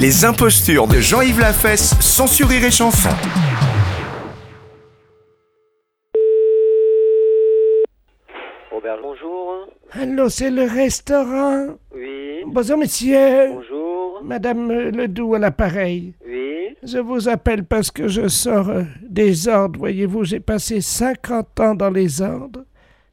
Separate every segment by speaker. Speaker 1: Les impostures de Jean-Yves Lafesse, sans sourire et chanson.
Speaker 2: Robert, bonjour.
Speaker 3: Allô, c'est le restaurant.
Speaker 2: Oui,
Speaker 3: Bonjour, monsieur.
Speaker 2: bonjour.
Speaker 3: Madame euh, Ledoux à l'appareil.
Speaker 2: Oui,
Speaker 3: Je vous appelle parce que je sors euh, des ordres. Voyez-vous, j'ai passé 50 ans dans les ordres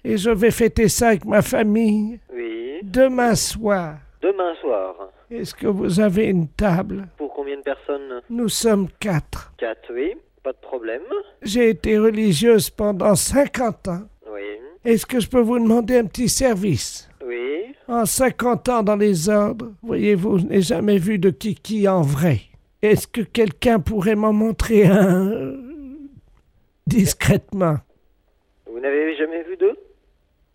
Speaker 3: et je vais fêter ça avec ma famille
Speaker 2: oui.
Speaker 3: demain soir.
Speaker 2: Demain soir,
Speaker 3: Est-ce que vous avez une table
Speaker 2: pour combien de personnes
Speaker 3: Nous sommes quatre.
Speaker 2: Quatre, oui. Pas de problème.
Speaker 3: J'ai été religieuse pendant 50 ans.
Speaker 2: Oui,
Speaker 3: Est-ce que je peux vous demander un petit service
Speaker 2: oui.
Speaker 3: En 50 ans dans les ordres, voyez-vous, je n'ai jamais vu de kiki en vrai. Est-ce que quelqu'un pourrait m'en montrer un euh, discrètement
Speaker 2: Vous n'avez jamais vu deux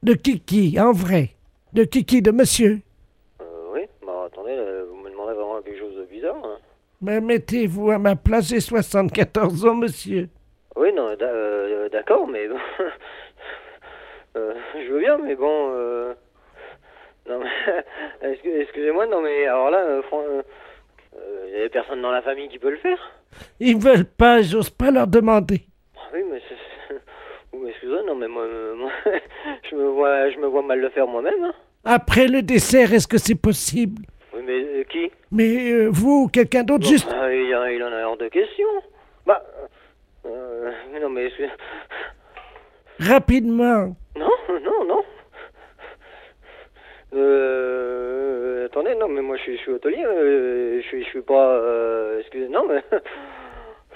Speaker 3: De kiki en vrai De kiki de monsieur
Speaker 2: Euh, Oui. Bah attendez, euh, vous me demandez vraiment quelque chose de bizarre. hein.
Speaker 3: Mais mettez-vous à ma place, j'ai 74 ans, monsieur.
Speaker 2: Oui, non, d'a- euh, d'accord, mais bon. Euh, je veux bien, mais bon. euh, Non, mais. excu- Excusez-moi, non, mais alors là, euh, fran- euh, euh, il y a personne dans la famille qui peut le faire
Speaker 3: Ils veulent pas, j'ose pas leur demander.
Speaker 2: Ah Oui, mais c'est... Vous m'excusez, non, mais moi, euh, moi, je, me vois, je me vois mal le faire moi-même. hein.
Speaker 3: Après le dessert, est-ce que c'est possible
Speaker 2: Oui, mais euh, qui
Speaker 3: Mais euh, vous ou quelqu'un d'autre, juste...
Speaker 2: Ah, il, y en- il en a hors de question. Bah, euh, euh, non, mais excusez...
Speaker 3: Rapidement.
Speaker 2: Non, non, non. Euh, attendez, non, mais moi, je suis, je suis hôtelier, euh, je suis, je suis pas... euh, excusez, non, mais...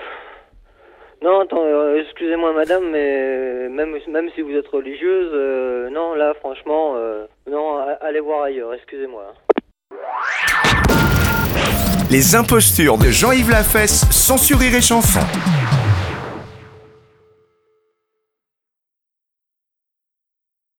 Speaker 2: Non, attends, euh, excusez-moi madame, mais même, même si vous êtes religieuse, euh, non, là franchement, euh, non, a- allez voir ailleurs, excusez-moi. hein.
Speaker 1: Les impostures de Jean-Yves Lafesse, sans sourire et chanson.